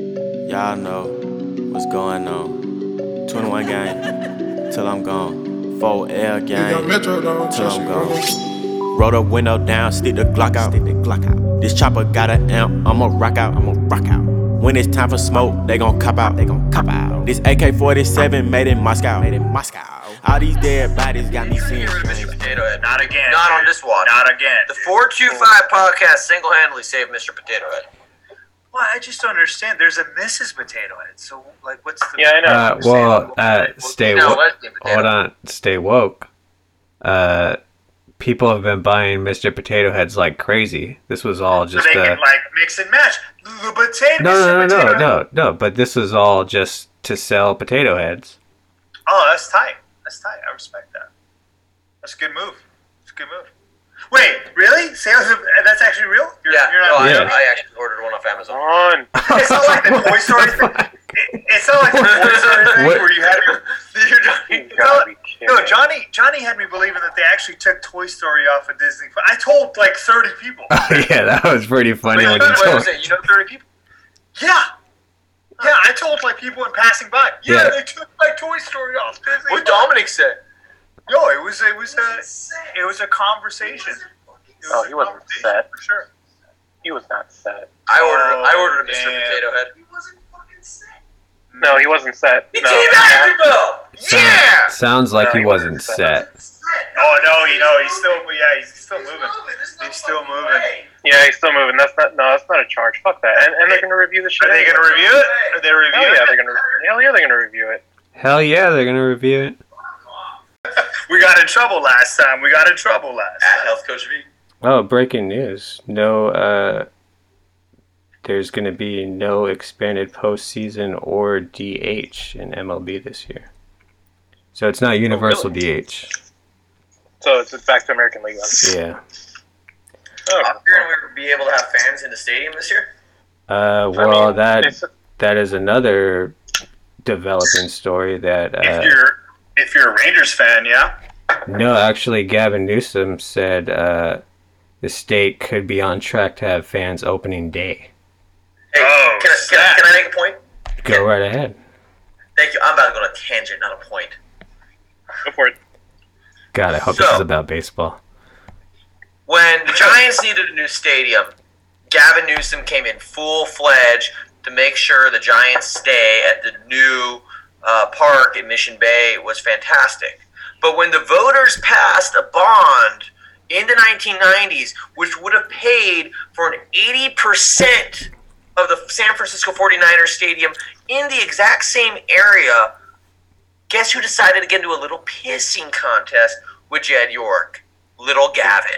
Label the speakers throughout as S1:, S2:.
S1: y'all know what's going on. 21 gang, till I'm gone. 4L gang,
S2: Metro don't
S1: till
S2: trust
S1: I'm
S2: you, bro.
S1: gone. Roll the window down, stick the Glock out. Stick the Glock out. This chopper got an amp, I'ma rock out, I'ma rock out. When it's time for smoke, they gon' cop out, they gon' cop out. This AK-47 made in Moscow, made in Moscow. All these dead bodies got me seeing things.
S3: Potato Head. Not again.
S4: Not on this watch.
S3: Not again.
S4: The
S3: dude.
S4: 425 podcast single handedly saved Mr. Potato Head.
S3: Well, I just don't understand. There's a Mrs. Potato Head. So, like, what's the.
S5: Yeah, I know.
S6: Uh, well, uh, stay
S4: No,
S6: woke.
S4: Leslie Potato.
S6: Hold on, stay woke. Uh, people have been buying Mr. Potato Heads like crazy. This was all
S3: So
S6: just
S3: they
S6: uh,
S3: can, like, mix and match. The potato.
S6: no, no,
S3: Mr.
S6: no, no,
S3: Potato
S6: no,
S3: Head.
S6: no, no. But this was all just to sell potato heads.
S3: Oh, that's tight. That's tight. I respect that. That's a good move. It's a good move. Wait, really? Sales of. That's actually real? You're,
S4: Yeah,
S3: You're
S4: no,
S5: Oh,
S3: not.
S4: I,
S6: Yeah.
S4: I actually ordered one off Amazon.
S5: on.
S3: It's not like the Toy Story thing. It- It's not like the Toy Story thing
S6: What-
S3: where you have your. your Johnny,
S5: You gotta be kidding.
S3: no, Johnny. Johnny had me believing that they actually took Toy Story off of Disney. I told like thirty people.
S6: yeah, that was pretty funny
S4: Wait,
S6: when
S4: wait,
S6: you
S4: wait,
S6: told.
S4: wait, you know 30 people?
S3: Yeah. Yeah, I told like people in passing by. Yeah,
S6: Yeah.
S3: they took my Toy Story off Disney.
S4: What Dominic said.
S3: No, it was it was a it was a conversation. It
S5: Oh,
S3: a
S5: he wasn't
S3: conversation
S5: upset.
S3: for sure.
S5: He was not set.
S4: I ordered, I
S3: Oh,
S4: ordered a Mr.
S3: damn.
S4: Potato Head.
S3: Hmm.
S5: No, he wasn't set.
S4: He
S5: no.
S4: came out of the bell!
S6: Sound-
S4: Yeah!
S6: Sounds like
S5: No,
S6: he
S5: he
S6: wasn't
S5: wasn't
S6: set.
S3: Oh no, you know he's still yeah he's still moving. He's still moving.
S5: Yeah, he's still moving. That's not. No, that's not a charge. Fuck that. And, and they're gonna review the shit.
S3: Are they
S5: anyway.
S3: gonna review it? Are they
S5: Hell
S3: reviewing
S5: yeah, they're
S3: it?
S5: gonna. Hell yeah, they're gonna review it.
S6: Hell yeah, they're gonna review it.
S3: We got in trouble last time. We got in trouble last
S4: At
S3: time.
S4: Health Coach V.
S6: Oh, breaking news! No, uh, there's gonna be no expanded postseason or DH in MLB this year. So it's
S4: Oh,
S6: not universal DH.
S5: So it's back to American League. Then.
S6: Yeah.
S5: Oh.
S4: I'm hearing we would be able to have fans in the stadium this year.
S6: Uh, well, that
S5: it's-
S6: that is another developing story that
S3: If
S6: uh,
S3: you're if you're a Rangers fan, yeah.
S6: no, actually, Gavin Newsom said uh, the state could be on track to have fans opening day.
S4: Hey,
S3: Oh,
S4: can, I, can, I,
S3: snap.
S4: can I make a point?
S6: Go right ahead.
S4: Thank you. I'm about to go on a tangent, not a point.
S5: Go for it.
S6: God, I hope this is
S4: So-
S6: about baseball.
S4: When the Giants needed a new stadium, Gavin Newsom came in full fledged to make sure the Giants stay at the new uh, park at Mission Bay was fantastic. But when the voters passed a bond in the 1990s, which would have paid for an 80% of the San Francisco 49ers stadium in the exact same area, guess who decided to get into a little pissing contest with Jed York? Little Gavin.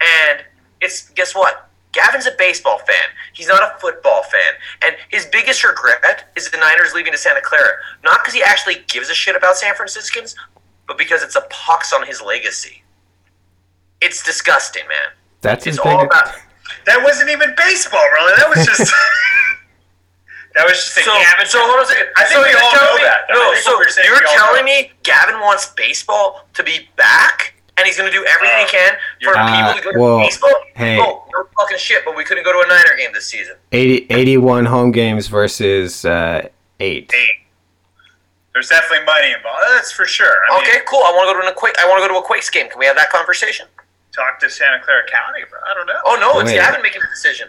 S4: And it's guess what? Gavin's a baseball fan. He's not a football fan. And his biggest regret is the Niners leaving to Santa Clara. Not because he actually gives a shit about San Franciscans, but because it's a pox on his legacy. It's disgusting, man.
S6: That's his
S4: It's all
S6: biggest.
S4: about
S3: That wasn't even baseball, really. That was just that was just a
S4: so,
S3: gavin-
S4: so hold on a second.
S3: I think
S4: so
S3: we
S4: you're
S3: all
S4: telling
S3: know
S4: me,
S3: that, though. I
S4: No,
S3: think what
S4: so
S3: we're saying, we
S4: you're
S3: all
S4: telling
S3: know.
S4: me Gavin wants baseball to be back, and he's going to do everything he can for
S6: Uh,
S4: people to go
S6: well,
S4: to baseball.
S6: hey.
S4: Oh, no fucking shit! But we couldn't go to a Niner game this season.
S6: 80, 81 home games versus uh, eight.
S3: Hey, There's definitely money involved. That's for sure. I mean,
S4: Okay, cool. I want to go to a Quake. I want to go to a Quakes game. Can we have that conversation?
S3: Talk to Santa Clara County, bro. I don't know.
S4: Oh no, it's
S6: Wait.
S4: Gavin making the decision.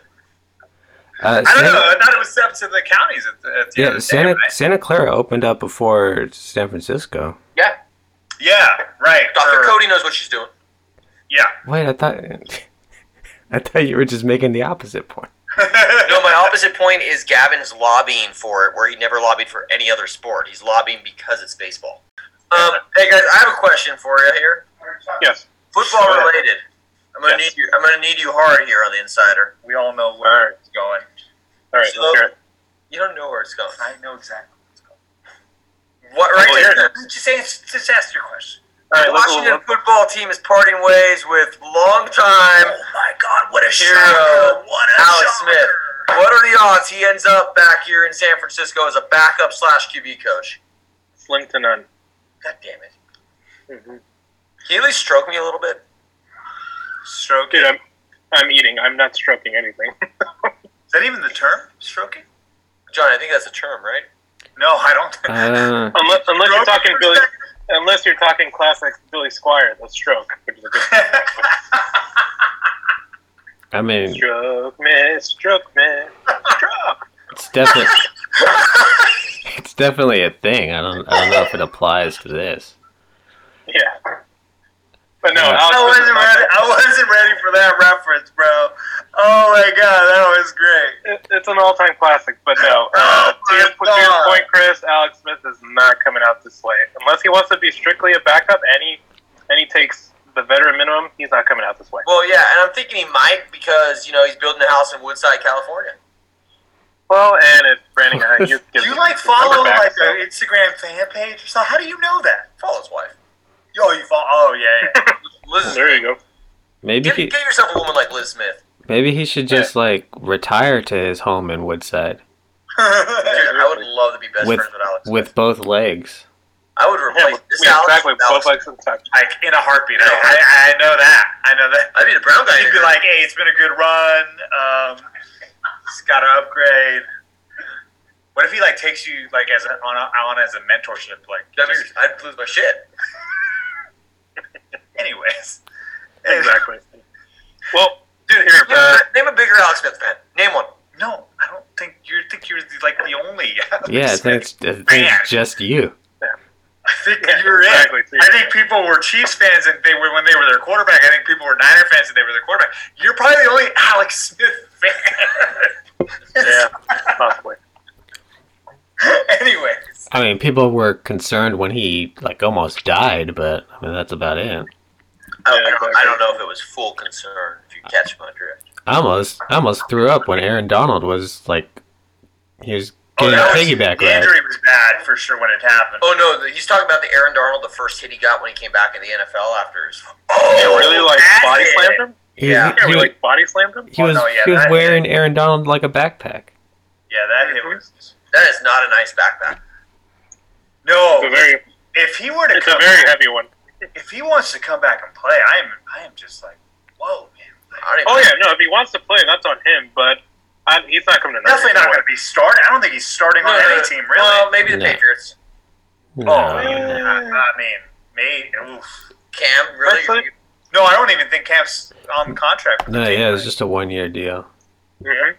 S3: I
S6: Uh,
S3: don't
S6: Santa,
S3: know. I thought it was up to the counties at the, at the end
S6: Yeah,
S3: of the
S6: Santa
S3: day, right?
S6: Santa Clara opened up before San Francisco.
S4: Yeah,
S3: Yeah, right.
S4: Doctor
S3: or-
S4: Cody knows what she's doing.
S3: Yeah.
S6: Wait, I thought I thought you were just making the opposite point.
S4: No, my opposite point is Gavin's lobbying for it, where he never lobbied for any other sport. He's lobbying because it's baseball. Um, hey guys, I have a question for you here.
S5: Yes.
S4: Football
S3: Sure.
S4: related. I'm gonna
S3: Yes.
S4: need you. I'm gonna need you hard here on the insider.
S3: we all know where it's going.
S5: All right.
S4: So-
S5: let's hear it.
S4: You don't know where it's going.
S3: I know exactly.
S4: What right
S5: Oh,
S4: there?
S5: here
S3: Just, answer, just ask your question.
S5: All
S4: The
S5: right. Let's,
S4: Washington football team is parting ways with longtime
S3: Oh my God! What a
S4: Hero,
S3: shocker!
S4: Alex
S3: shocker.
S4: Smith. What are the odds he ends up back here in San Francisco as a backup slash QB coach?
S5: slim to none.
S4: God damn it. Can you at least stroke me a little bit?
S3: Stroke.
S5: Dude, I'm I'm eating. I'm not stroking anything.
S3: Is that even the term? Stroking?
S4: John, I think that's a term, right?
S3: No, I don't.
S6: Uh,
S5: Unless, unless you're
S3: Stroke
S5: talking
S3: is
S5: Billy,
S3: perfect.
S5: unless you're talking classic Billy Squire, the stroke, which is a good
S6: I mean,
S5: stroke, man, stroke, man, stroke.
S6: it's definitely it's definitely a thing. I don't I don't know if it applies to this.
S5: Yeah, but no,
S6: Uh,
S5: Alex
S3: I
S5: was
S3: wasn't ready. I wasn't ready for that reference, bro. Oh my god, that was great.
S5: It, it's an all-time classic, but no. Uh,
S3: Oh
S5: to, your,
S3: my
S5: to your
S3: God.
S5: point, Chris, Alex Smith is not coming out this late unless he wants to be strictly a backup, and he and he takes the veteran minimum. He's not coming out this way.
S4: Well, yeah, and I'm thinking he might because you know he's building a house in Woodside, California.
S5: Well, and if Brandon Ayuk gives
S3: Do
S5: him
S3: you like
S5: his
S3: follow
S5: number back,
S3: like
S5: so-
S3: an Instagram fan page or something? How do you know that?
S4: Follow his wife.
S3: Yo, you follow? Oh yeah. yeah.
S4: Liz,
S5: there you go.
S6: Maybe
S4: get,
S6: he
S4: get yourself a woman like Liz Smith.
S6: maybe he should just like retire to his home in Woodside
S4: Dude, I would love to be best
S6: With-
S4: friends with Alex.
S6: with both legs.
S4: I would
S5: Yeah,
S4: replace
S5: we
S4: this Alex
S5: exactly
S4: with Alex.
S5: both legs in touch.
S3: like in a heartbeat. I, I, I know that. I know that.
S4: I'd be the brown guy.
S3: He'd be
S4: interview.
S3: like, "Hey, it's been a good run. Um, just got to upgrade." What if he like takes you like as a, on, a, on as a mentorship? Like,
S4: That'd
S3: just-
S4: be- I'd lose my shit.
S3: anyways,
S5: Exactly. Well,
S3: dude.
S5: here, uh,
S4: Name a bigger Alex Smith fan. Name one.
S3: No, I don't think you think you're like the only.
S6: Yeah, I think it's, I think it's just you.
S3: I think
S5: Yeah,
S3: you're it.
S5: exactly, too.
S3: I think people were Chiefs fans and they were when they were their quarterback. I think people were Niner fans and they were their quarterback. You're probably the only Alex Smith fan.
S5: yeah, possibly.
S3: anyways,
S6: I mean, people were concerned when he like almost died, but I mean that's about it.
S4: I,
S5: Yeah,
S4: I, don't,
S5: exactly.
S4: I don't know if it was full concern. If you catch my drift.
S6: I almost I almost threw up when Aaron Donald was like he was getting
S3: that was-
S6: a piggyback
S3: the
S6: ride.
S3: injury was bad for sure when it happened.
S4: Oh no, the, he's talking about the Aaron Darnold, the first hit he got when he came back in the NFL after his.
S5: They really like
S3: that's
S5: body
S3: it.
S5: slammed him.
S6: He was,
S5: Yeah,
S6: he
S5: we
S6: was,
S5: like body slammed him.
S6: he was,
S3: Oh, no, yeah,
S6: he was
S3: that-
S6: wearing Aaron Donald like a backpack.
S3: Yeah, that hit was.
S4: That is not a nice backpack.
S3: No,
S5: It's a very,
S3: if he were to
S5: it's a
S3: come,
S5: very heavy one.
S3: if he wants to come back and play, I am, I am just like, whoa, man. Like,
S4: I don't even
S5: Oh yeah, no. If he wants to play, that's on him. But I, he's not coming to Niners
S3: definitely not
S5: anymore.
S3: going to be starting. I don't think he's starting
S4: No,
S3: on
S4: no,
S3: any
S4: no.
S3: team, really.
S4: Well, uh, maybe the
S6: No.
S4: Patriots.
S6: No.
S3: oh, man. I, I mean, me. Oof.
S4: Cam, really?
S5: That's it.
S3: No, I don't even think Camp's on contract. With the
S6: No,
S3: team,
S6: yeah, it
S3: right?
S6: was just a one year deal.
S5: Mhm.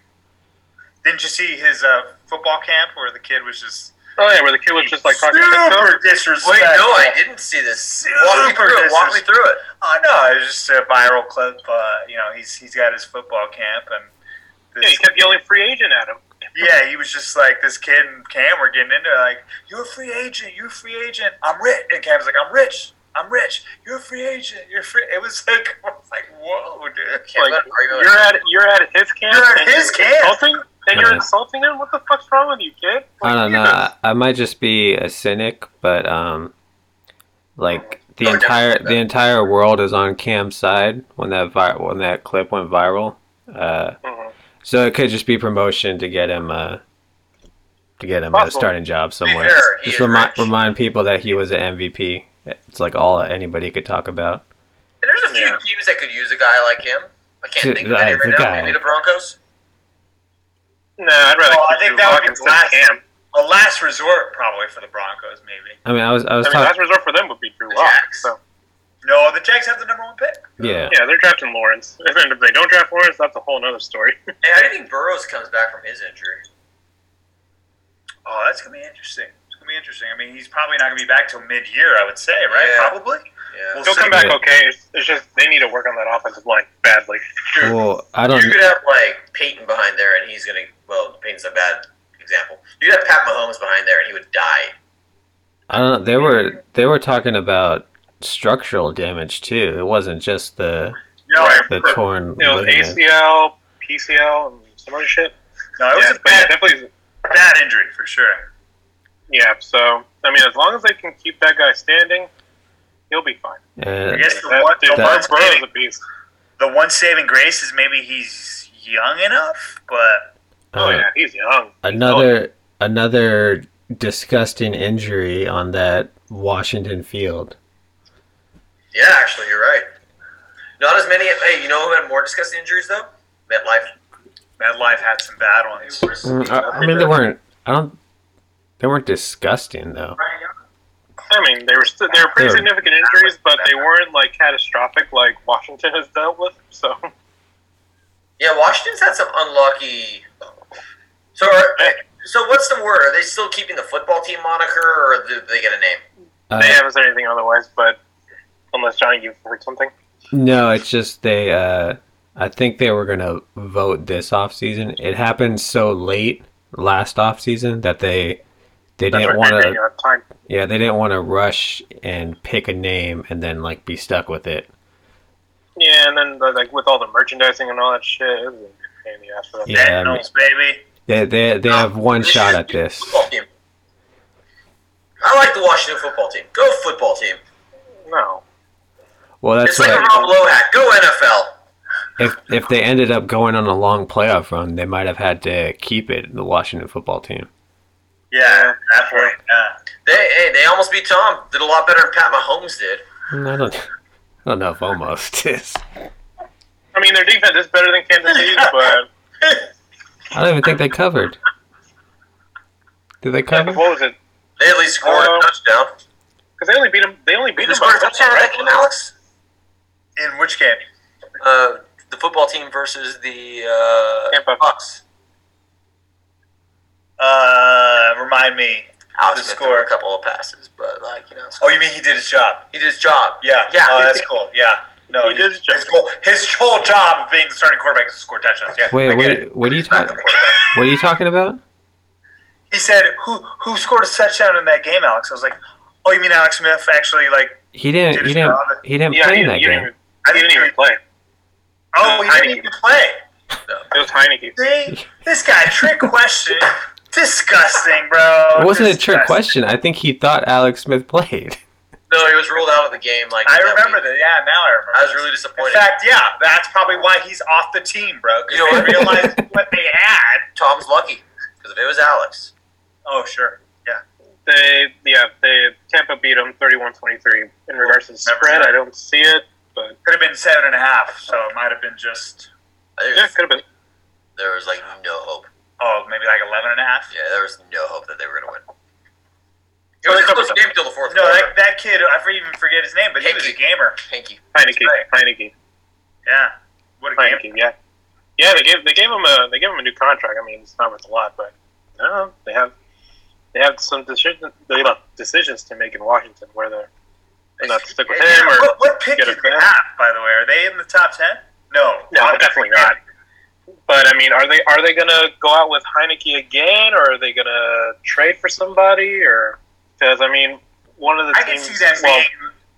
S3: Didn't you see his uh, football camp where the kid was just
S5: Oh yeah, where the kid was just like talking shit to him.
S3: super disrespectful?
S4: Wait, no, I didn't see this. Walk me
S3: Super
S4: through it. Walk me
S3: business.
S4: through it.
S3: Oh no, it was just a viral clip. Uh, you know, he's he's got his football camp and.
S5: Yeah, he
S3: This
S5: kept yelling free agent at him.
S3: Yeah, he was just like this kid and Cam were getting into it, like, You're a free agent, you're a free agent, I'm rich and Cam's like, I'm rich, I'm rich, you're a free agent, you're free it was like I was like, Whoa, dude.
S4: Cam, are
S5: Like,
S4: you-
S5: You're at you're at his camp.
S3: You're at
S5: and
S3: his
S5: you're
S3: camp.
S5: Insulting, and you're
S6: Yeah.
S5: insulting him. What the fuck's wrong with you, kid?
S6: I don't know. I, I might just be a cynic, but um, like the
S4: No, I never
S6: entire
S4: said that.
S6: the entire world is on Cam's side when that vi- when that clip went viral. Uh,
S4: Mm-hmm.
S5: Mhm.
S6: so it could just be promotion to get him uh to get him a
S5: Possible.
S6: starting job somewhere.
S4: fair, he
S6: just
S4: is
S6: remind
S4: rich.
S6: remind people that he was an MVP. It's like all anybody could talk about.
S4: There's a few
S5: Yeah.
S4: teams that could use a guy like him. I can't
S6: Dude,
S4: think of any
S6: the
S4: right now.
S6: guy.
S4: Maybe the Broncos.
S5: No, I'd rather.
S3: Oh, I
S5: keep
S3: think that would be
S5: Drew Lock instead
S3: last-
S5: of Cam.
S3: A last resort probably for the Broncos, maybe.
S6: I mean, I was I was
S5: I mean,
S6: talking.
S5: last resort for them would be Drew
S4: The
S5: Lock.
S4: Jacks.
S5: So
S3: No, the Jags have the number one pick.
S6: Yeah.
S5: yeah, they're drafting Lawrence, and then if they don't draft Lawrence, that's a whole other story.
S4: Hey, how do you think Burrows comes back from his injury?
S3: Oh, that's gonna be interesting. It's gonna be interesting. I mean he's probably not gonna be back till mid year, I would say, right?
S4: Yeah.
S3: Probably.
S4: Yeah.
S3: Well,
S5: He'll come
S3: Same.
S5: back okay. It's, it's just they need to work on that offensive line badly.
S4: Dude,
S6: Well, I don't.
S4: you could have like Peyton behind there, and he's gonna. Well, Peyton's a bad example. You could have Pat Mahomes behind there, and he would die.
S6: I don't know. They were they were talking about structural damage too. It wasn't just the
S3: No,
S5: Right.
S6: the
S5: It
S6: torn
S5: You know,
S6: ligament.
S5: ACL, PCL, and some other shit.
S3: no, it was
S5: yeah,
S3: a
S5: but yeah,
S3: bad,
S5: definitely.
S3: bad injury for sure.
S5: Yeah, so I mean, as long as they can keep that guy standing, he'll be fine.
S3: I
S6: And
S3: guess the
S5: That,
S3: one
S5: dude,
S3: the one
S5: that Burrow's
S3: saving
S5: a beast.
S3: the one saving grace is maybe he's young enough, but
S5: Oh
S6: uh,
S5: yeah, he's young.
S6: another another disgusting injury on that Washington field.
S4: Yeah, actually, you're right. Not as many. Hey, you know who had more disgusting injuries though? MetLife.
S3: MedLife had some bad ones.
S6: Mm, I, I mean, they weren't. I don't. They weren't disgusting though.
S5: I mean, they were still, they were pretty
S6: Yeah.
S5: significant injuries, but they weren't like catastrophic like Washington has dealt with. So
S4: Yeah, Washington's had some unlucky. So, are, so what's the word? Are they still keeping the football team moniker, or do they get a name?
S5: they
S6: Uh,
S5: haven't said anything otherwise. But unless Johnny, you've heard something.
S6: no, it's just they. Uh, I think they were gonna vote this off season. It happened so late last off season that they they
S5: That's
S6: didn't
S5: what
S6: want
S5: they did, you
S6: to.
S5: know, time.
S6: Yeah, they didn't want to rush and pick a name and then like be stuck with it.
S5: Yeah, and then like with all the merchandising and all that shit, it was a pain in the ass for them.
S6: Yeah, I
S3: Dead
S6: mean-
S3: nose, baby.
S6: They they they have one shot at this.
S4: Football team. I like the Washington football team. Go football team.
S5: No,
S6: Well, that's
S4: it's like
S6: what.
S4: a Rob Lowe hat. Go NFL.
S6: if if they ended up going on a long playoff run, they might have had to keep it the Washington football team.
S3: Yeah, that point. Yeah.
S4: They hey, they almost beat Tom. Did a lot better than Pat Mahomes did.
S6: Mm, I don't, I don't know if almost is.
S5: I mean their defense is better than Kansas City's, but
S6: I don't even think they covered. Did they cover?
S5: what was it?
S4: They at least scored
S3: Uh-huh.
S5: Oh.
S4: a touchdown.
S5: Because they only beat them. They only beat
S4: They
S5: them
S4: scored
S5: by
S4: a touchdown
S5: right?
S4: that game, Alex.
S3: In which game?
S4: Uh, the football team versus the uh,
S5: Tampa.
S4: Bucks.
S3: Uh, remind me.
S4: Alex
S3: The
S4: Smith
S3: score.
S4: threw a couple of passes, but like you know,
S3: Oh, you mean he did his job?
S4: he did his job.
S3: Yeah.
S4: yeah.
S3: Oh, that's cool. Yeah. No,
S5: He did his job.
S3: His, goal, his whole job of being the starting quarterback is to score touchdowns. Yeah. I
S6: Wait,
S3: get it.
S6: what, what are you talking? What are you talking about?
S3: He said, "Who who scored a touchdown in that game, Alex?" I was like, "Oh, you mean Alex Smith? Actually, like,
S6: He didn't. He didn't. He didn't
S5: Yeah,
S6: play
S5: he,
S6: in that
S5: he didn't
S6: game.
S5: even, he didn't even play.
S3: oh, he didn't even play."
S5: It was Heineke.
S3: See, this guy trick question, disgusting, bro.
S6: It wasn't a trick
S3: Disgusting.
S6: question. I think he thought Alex Smith played.
S4: No, he was ruled out of the game. Like
S3: I
S4: that
S3: remember
S4: week.
S3: that. Yeah, now I remember.
S4: I was really
S3: In
S4: disappointed.
S3: fact, yeah, that's probably why he's off the team, bro. 'cause
S4: You know
S3: they
S4: what?
S3: realized what they had.
S4: Tom's lucky because if it was Alex,
S3: Oh, sure. Yeah.
S5: They yeah they Tampa beat them 31-23. In regards to the
S3: Remember
S5: spread,
S3: that.
S5: I don't see it, but
S3: Could have been seven and a half, so it might have been just,
S4: there
S5: yeah,
S4: was,
S5: could have been.
S4: there was like no hope.
S3: oh, maybe like 11 and a half.
S4: Yeah, there was no hope that they were gonna win. It
S5: Well,
S4: was
S5: they
S4: a close
S5: covered
S4: game till the fourth
S3: No,
S4: quarter.
S3: that, that kid, I for- even forget his name, but he was a
S4: Hanky.
S3: gamer.
S4: Hanky.
S5: Heineke,
S3: Right.
S5: Heineke,
S3: Yeah. What a gamer.
S5: Heineke, yeah, yeah. They gave they gave him a they gave him a new contract. I mean, it's not worth a lot, but no, they have they have some decisions they have decisions to make in Washington whether they're not stick with him or
S3: What, what pick
S5: get
S3: did
S5: a
S3: they
S5: fan.
S3: have, by the way? Are they in the top 10? No.
S5: No, definitely not. But I mean, are they are they gonna go out with Heineke again, or are they gonna trade for somebody? Or because I mean, one of the
S3: I can
S5: teams.
S3: see them
S5: well,
S3: being,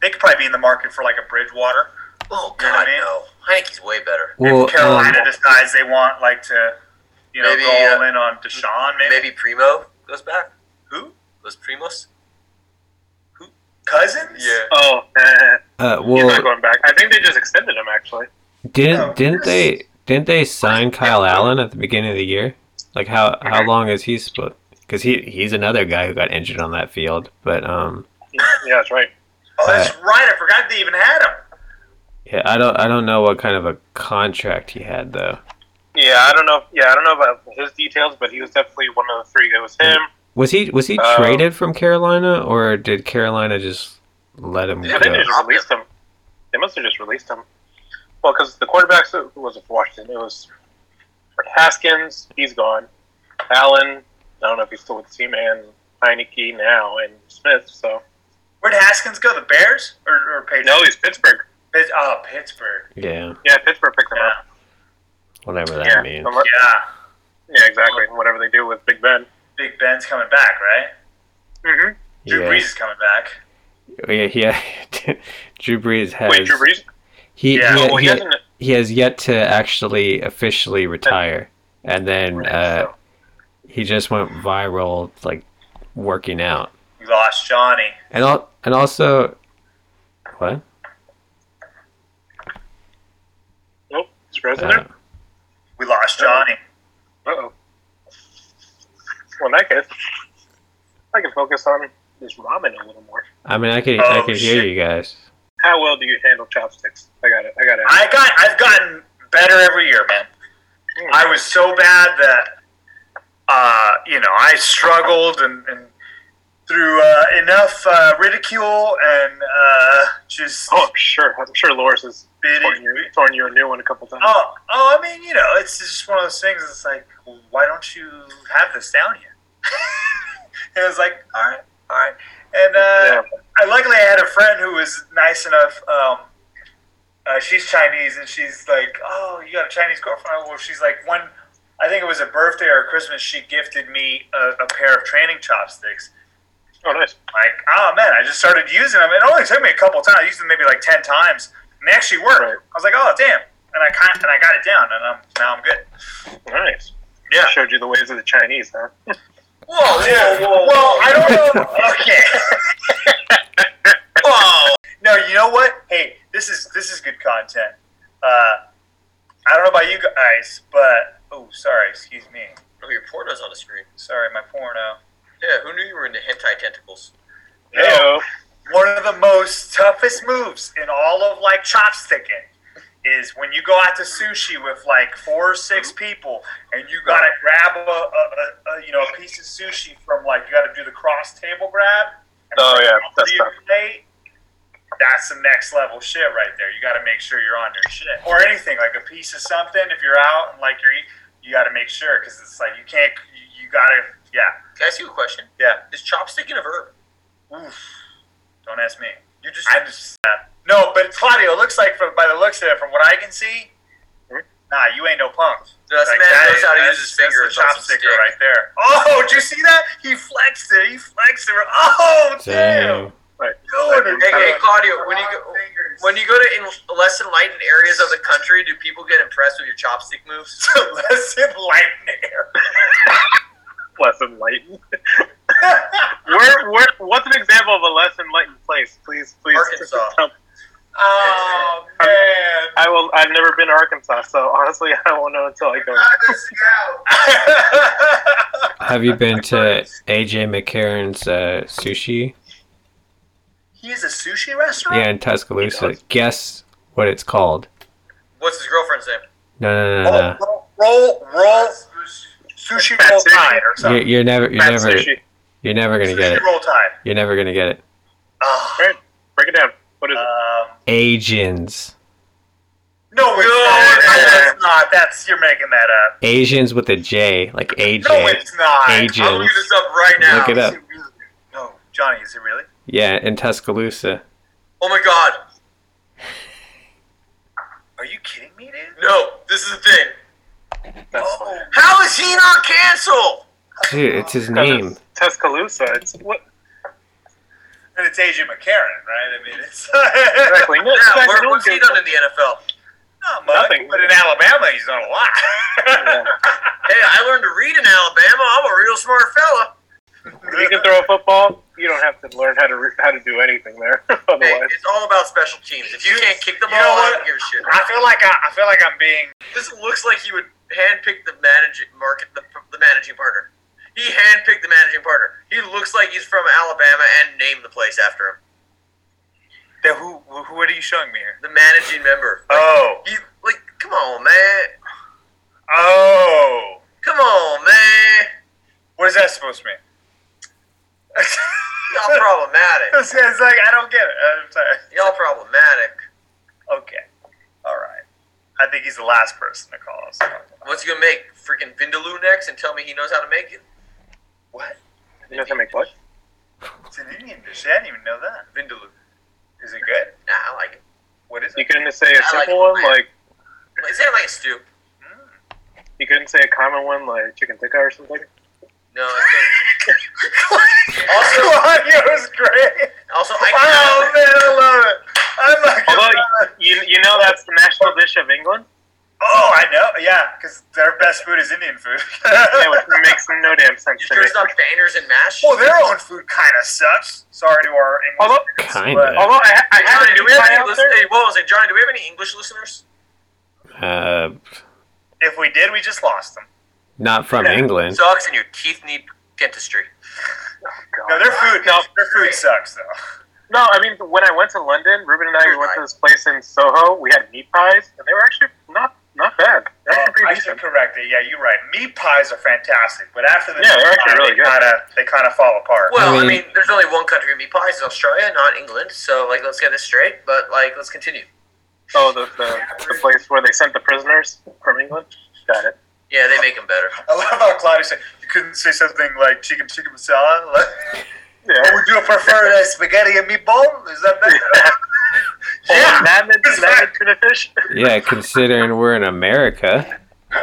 S3: they could probably be in the market for like a Bridgewater.
S4: Oh
S3: You know
S4: God,
S3: what I mean?
S4: no. Heineke's way better.
S6: Well,
S3: if Carolina
S6: um,
S3: decides they want like to, you know,
S4: Maybe,
S3: go all
S4: uh,
S3: in on Deshaun, maybe,
S4: Maybe Primo goes back.
S3: who
S4: Was Primos?
S3: Cousins?
S5: Oh, eh,
S6: uh,
S5: he's not
S6: well,
S5: going back. I think they just extended him actually.
S6: didn't didn't they didn't they sign Kyle Allen at the beginning of the year? Like how how long is he supposed? Because he he's another guy who got injured on that field, but um.
S5: Yeah, that's right.
S3: Oh, that's right. I forgot they even had him.
S6: Yeah, I don't I don't know what kind of a contract he had though.
S5: Yeah, I don't know. Yeah, I don't know about his details, but he was definitely one of the three. It was him.
S6: Was he was he
S5: Um,
S6: traded from Carolina or did Carolina just let him
S5: I think they
S6: go?
S5: just released him. They must have just released him. Well, because the quarterbacks who was it for Washington? It was Haskins. He's gone. Allen. I don't know if he's still with the team, and Heineke now, and Smith. So
S3: Where'd Haskins go? The Bears or, or Patriots?
S5: no, he's Pittsburgh.
S3: Pit- oh, Pittsburgh.
S6: Yeah,
S5: Yeah, Pittsburgh picked him
S3: Yeah.
S5: up.
S6: whatever that
S5: Yeah,
S6: means.
S5: unless-
S3: Yeah,
S5: yeah, exactly. Whatever they do with Big Ben.
S3: Big Ben's coming back, right?
S5: Mm-hmm.
S3: Drew
S6: Yeah.
S3: Brees is coming back.
S6: Yeah, yeah. Drew Brees has
S5: Wait, Drew Brees?
S6: he
S3: Yeah,
S6: he,
S5: Oh, well, he
S6: he-
S5: hasn't.
S6: he has yet to actually officially retire, and then uh, he just went viral like working out,
S3: We lost Johnny.
S6: and al- and also what?
S5: Nope. Is Rose in
S6: Uh,
S5: there?
S3: We lost Johnny.
S5: Uh-oh. Well, in that case, I can focus on this ramen a little more.
S6: I mean, I could I
S3: Oh,
S6: could hear
S3: shit.
S6: you guys.
S5: How well do you handle chopsticks? I got it. I got it.
S3: I got. I've gotten better every year, man.
S5: Hmm.
S3: I was so bad that uh, you know I struggled and, and through uh, enough uh, ridicule and uh, just
S5: Oh, I'm sure. I'm sure Loris has
S3: Bidding.
S5: torn you, torn you a new one a couple times.
S3: oh, oh, I mean, you know, it's just one of those things. It's like, why don't you have this down here? and it was like, all right, all right. And uh,
S5: Yeah.
S3: I, luckily, I had a friend who was nice enough. Um, uh, she's Chinese, and she's like, "Oh, you got a Chinese girlfriend?" Well, she's like, "One, I think it was a birthday or a Christmas. She gifted me a, a pair of training chopsticks."
S5: Oh, nice.
S3: like, oh man, I just started using them. It only took me a couple times. I used them maybe like ten times, and they actually worked.
S5: Right.
S3: I was like, oh damn, and I kind and I got it down, and I'm, now I'm good.
S5: Nice.
S3: Yeah.
S5: Showed you the ways of the Chinese, huh?
S4: Whoa, yeah, whoa,
S3: Well, I don't know. okay.
S4: whoa.
S3: No, you know what? Hey, this is this is good content. Uh, I don't know about you guys, but oh, sorry, excuse me.
S4: Oh, your porno's on the screen.
S3: Sorry, my porno.
S4: Yeah, who knew you were into hentai tentacles?
S5: Heyo.
S3: one of the most toughest moves in all of like chopsticking is when you go out to sushi with like four or six people and you gotta grab a, a, a, a you know a piece of sushi from like you gotta do the cross table grab. And
S5: Oh,
S3: bring
S5: yeah,
S3: it up
S5: that's
S3: to your
S5: tough.
S3: plate. That's some next level shit right there. You gotta make sure you're on your shit or anything like a piece of something. If you're out and like you're eating, you gotta make sure because it's like you can't. You, you gotta yeah
S4: Can I ask you a question?
S3: yeah.
S4: Is chopsticking a verb?
S3: Oof. Don't ask me. You just. I just. Uh, no, but Claudio, it looks like from by the looks of it, from what I can see,
S5: Hmm?
S3: nah, you ain't no punk.
S4: That's
S3: Like,
S4: man
S3: that
S4: knows
S3: is-
S4: how to
S3: that's-
S4: use his
S3: that's the
S4: fingers. on some
S3: chopstick
S4: stick.
S3: right there. Oh, did you see that? He flexed it. He flexed it. Oh, damn.
S6: Damn.
S3: Doing it.
S4: Hey, hey, Claudio, when you
S3: Wrong
S4: go,
S3: fingers.
S4: when you go to in less enlightened areas of the country, do people get impressed with your chopstick moves?
S3: less enlightened air.
S5: Less enlightened. where, where, what's an example of a less enlightened place? Please, please.
S4: Arkansas.
S3: Oh man.
S5: I will. I've never been to Arkansas, so honestly, I won't know until I go.
S6: Have you been to AJ McCarron's uh, sushi?
S3: He's a sushi restaurant.
S6: Yeah, in Tuscaloosa. Guess what it's called?
S4: What's his girlfriend's name?
S6: No, no,
S3: Oh,
S6: no,
S3: Roll, roll, roll, sushi roll
S5: That's it.
S3: tide or
S6: no. You're,
S3: something.
S6: you're never, you're
S5: Fat
S6: never,
S5: sushi.
S6: you're never gonna get
S3: Sushi
S6: it.
S3: roll tide.
S6: You're never gonna get it.
S4: Ah.
S3: Ugh.
S5: All right, break it down. What is it?
S3: Um,
S6: Asians,
S3: no, it's not. That's not. That's you're making that up.
S6: Asians with a J, like AJ.
S3: No, it's not.
S6: Agent.
S4: I'm looking this up right now.
S6: Look it up.
S3: Is it really? No, Johnny, is it really?
S6: Yeah, in Tuscaloosa.
S4: Oh my god.
S3: Are you kidding me, dude?
S4: No, this is the thing.
S5: That's
S3: Oh,
S4: How is he not canceled?
S6: Dude, it's his
S5: Because
S6: name.
S5: it's Tuscaloosa. It's what
S3: and it's Agent McCarron, right? I mean, it's
S5: exactly? No, it's
S4: Yeah,
S5: not
S4: where,
S5: no
S4: what's he
S5: good.
S4: done in the NFL?
S3: not much,
S5: Nothing.
S3: but in Alabama, he's done a lot.
S5: Yeah.
S4: Hey, I learned to read in Alabama. I'm a real smart fella.
S5: If you can throw a football, you don't have to learn how to re- how to do anything there.
S4: Hey,
S5: Otherwise,
S4: it's all about special teams. If you can't kick the
S3: You
S4: ball, I
S3: know what?
S4: don't give a shit.
S3: I feel like I, I feel like I'm being
S4: This looks like he would handpick the managing market, the, the managing partner. He handpicked the managing partner. He looks like he's from Alabama and named the place after him.
S3: the who? Who what are you showing me here?
S4: The managing member. Like,
S3: Oh,
S4: he, like, come on, man.
S3: oh,
S4: Come on, man.
S3: what is that supposed to mean?
S4: Y'all problematic.
S3: it's, it's like I don't get it. I'm sorry.
S4: Y'all problematic.
S3: Okay. All right. I think he's the last person to call us.
S4: What's he gonna make? Freaking Vindaloo next and tell me he knows how to make it?
S3: What?
S5: you know how to make what?
S3: It's an Indian dish. I didn't even know that.
S4: Vindaloo.
S3: Is it good?
S4: Nah, I like it.
S3: What is
S5: You
S3: it?
S5: couldn't say a
S4: I like
S5: simple one
S4: it.
S5: like
S4: Like, Is that like a stew?
S5: you couldn't say a common one like chicken tikka or something.
S4: No, it's good. also,
S3: Claudio is great.
S4: also,
S3: Oh
S4: I
S3: man, I love it. I like
S5: Although
S3: it.
S5: you you know that's the national dish of England,
S3: Oh, I know. Yeah, because their best food is Indian food.
S5: yeah, which makes no damn sense
S4: you
S5: to me.
S4: sure it's not bangers and mash?
S3: well, their own food kind of sucks. Sorry to our English.
S5: Although-
S3: listeners,
S6: Kinda.
S3: but-
S5: Although I, ha- I
S4: Hey,
S5: had
S4: Johnny,
S5: a
S4: do we have
S5: guy
S4: any
S5: out
S4: listen-
S5: there.
S4: hey, what was it, Johnny? Do we have any English listeners?
S5: oh.
S6: Uh,
S3: If we did, we just lost them.
S6: not from
S5: Yeah.
S6: England.
S4: Sucks, and your teeth need dentistry.
S3: No, their food. No, their food sucks though.
S5: No, I mean when I went to London, Ruben and I we went to this place in Soho. We had meat pies, and they were actually not Not bad.
S3: Oh,
S5: That's pretty
S3: I should
S5: decent.
S3: correct it. Yeah, you're right. Meat pies are fantastic, but after the
S5: Yeah,
S3: meat
S5: they're actually
S3: pie,
S5: really
S3: they
S5: good.
S3: kind of they kind of fall apart.
S4: Well, I
S6: I
S4: mean,
S6: mean-
S4: there's only one country that meat pies is Australia, not England. So, like, let's get this straight. But like, let's continue.
S5: Oh, the, the, the place where they sent the prisoners from England? Got it.
S4: Yeah, they make them better.
S3: I love how Claudia said you couldn't say something like chicken chicken masala. Like,
S5: Yeah.
S3: Would you prefer uh, spaghetti and meatball? Is that better?
S5: Oh, lemon,
S3: It's
S5: lemon
S3: fine.
S5: tuna fish?
S6: Yeah, considering we're in America.
S4: Hey, why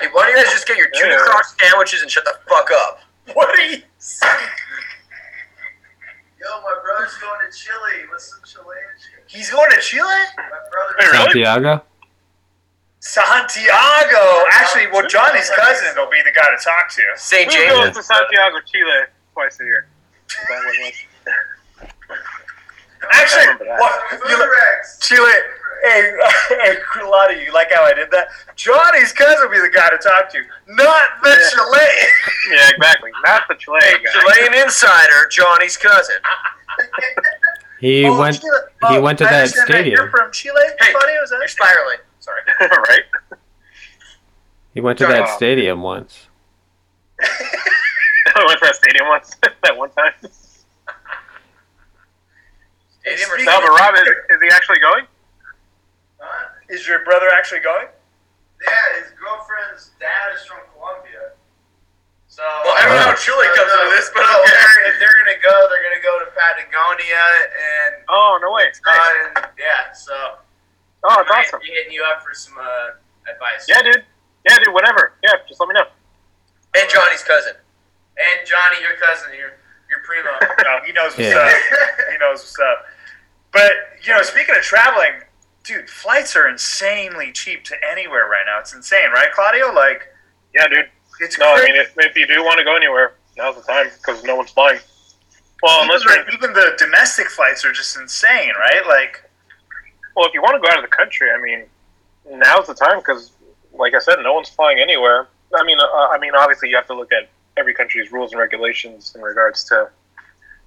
S4: don't you guys just get your tuna
S5: Yeah.
S4: crock sandwiches and shut the fuck up?
S3: what are you? saying?
S4: Yo, my brother's going to Chile. What's some Chilean shit?
S3: He's going to Chile?
S4: My
S5: Wait,
S4: brother.
S5: really?
S6: Santiago?
S3: Santiago. Actually, well, Johnny's cousin will be the guy to talk to.
S4: St.
S5: Who
S4: James.
S5: goes
S6: Yeah.
S5: to Santiago, Chile twice a year? Is that what it was?
S3: Actually,
S5: remember that.
S3: what, you look, Chile. Hey, hey, Lotta, you like how I did that? Johnny's cousin will be the guy to talk to, not the
S5: Yeah.
S3: Chilean.
S5: Yeah, exactly. Not the Chilean
S4: Hey,
S5: guy.
S4: Chilean insider, Johnny's cousin.
S6: He
S3: Oh,
S6: went.
S3: Chile.
S6: he
S3: Oh,
S6: went to
S3: I
S6: that
S3: understand You're
S6: stadium.
S3: from Chile,
S4: Hey,
S3: buddy? Was
S4: You're
S3: that?
S4: spiraling. Sorry.
S5: right?
S6: He went to
S5: Oh.
S6: that stadium once.
S5: I went to that stadium once. that one time.
S4: Stadium or
S5: No, but
S4: something.
S5: Rob, is, is he actually going?
S3: Is your brother actually going?
S2: Yeah, his girlfriend's dad is from Colombia. So
S4: Well, I don't know how Chile comes into this, but
S2: No,
S4: okay.
S2: they're- if they're gonna go, they're gonna go to Patagonia and,
S5: Oh, no way. Nice.
S2: uh, and yeah. So
S5: Oh,
S2: I
S5: it's
S2: might
S5: awesome.
S2: be hitting you up for some uh, advice.
S5: Yeah, dude. Yeah, dude, whatever. Yeah, just let me know.
S4: And Johnny's cousin.
S2: And Johnny, your cousin, your your primo.
S3: No, he knows what's
S6: Yeah.
S3: up. He knows what's up. But you know, speaking of traveling, dude, flights are insanely cheap to anywhere right now. It's insane, right, Claudio? Like,
S5: Yeah, dude.
S3: it's
S5: No, I
S3: crazy.
S5: mean, if, if you do want to go anywhere, now's the time because no one's flying. Well,
S3: even,
S5: unless you're,
S3: the, even the domestic flights are just insane, right? Like,
S5: well, if you want to go out of the country, I mean, now's the time because, like I said, no one's flying anywhere. I mean, uh, I mean, obviously, you have to look at every country's rules and regulations in regards to,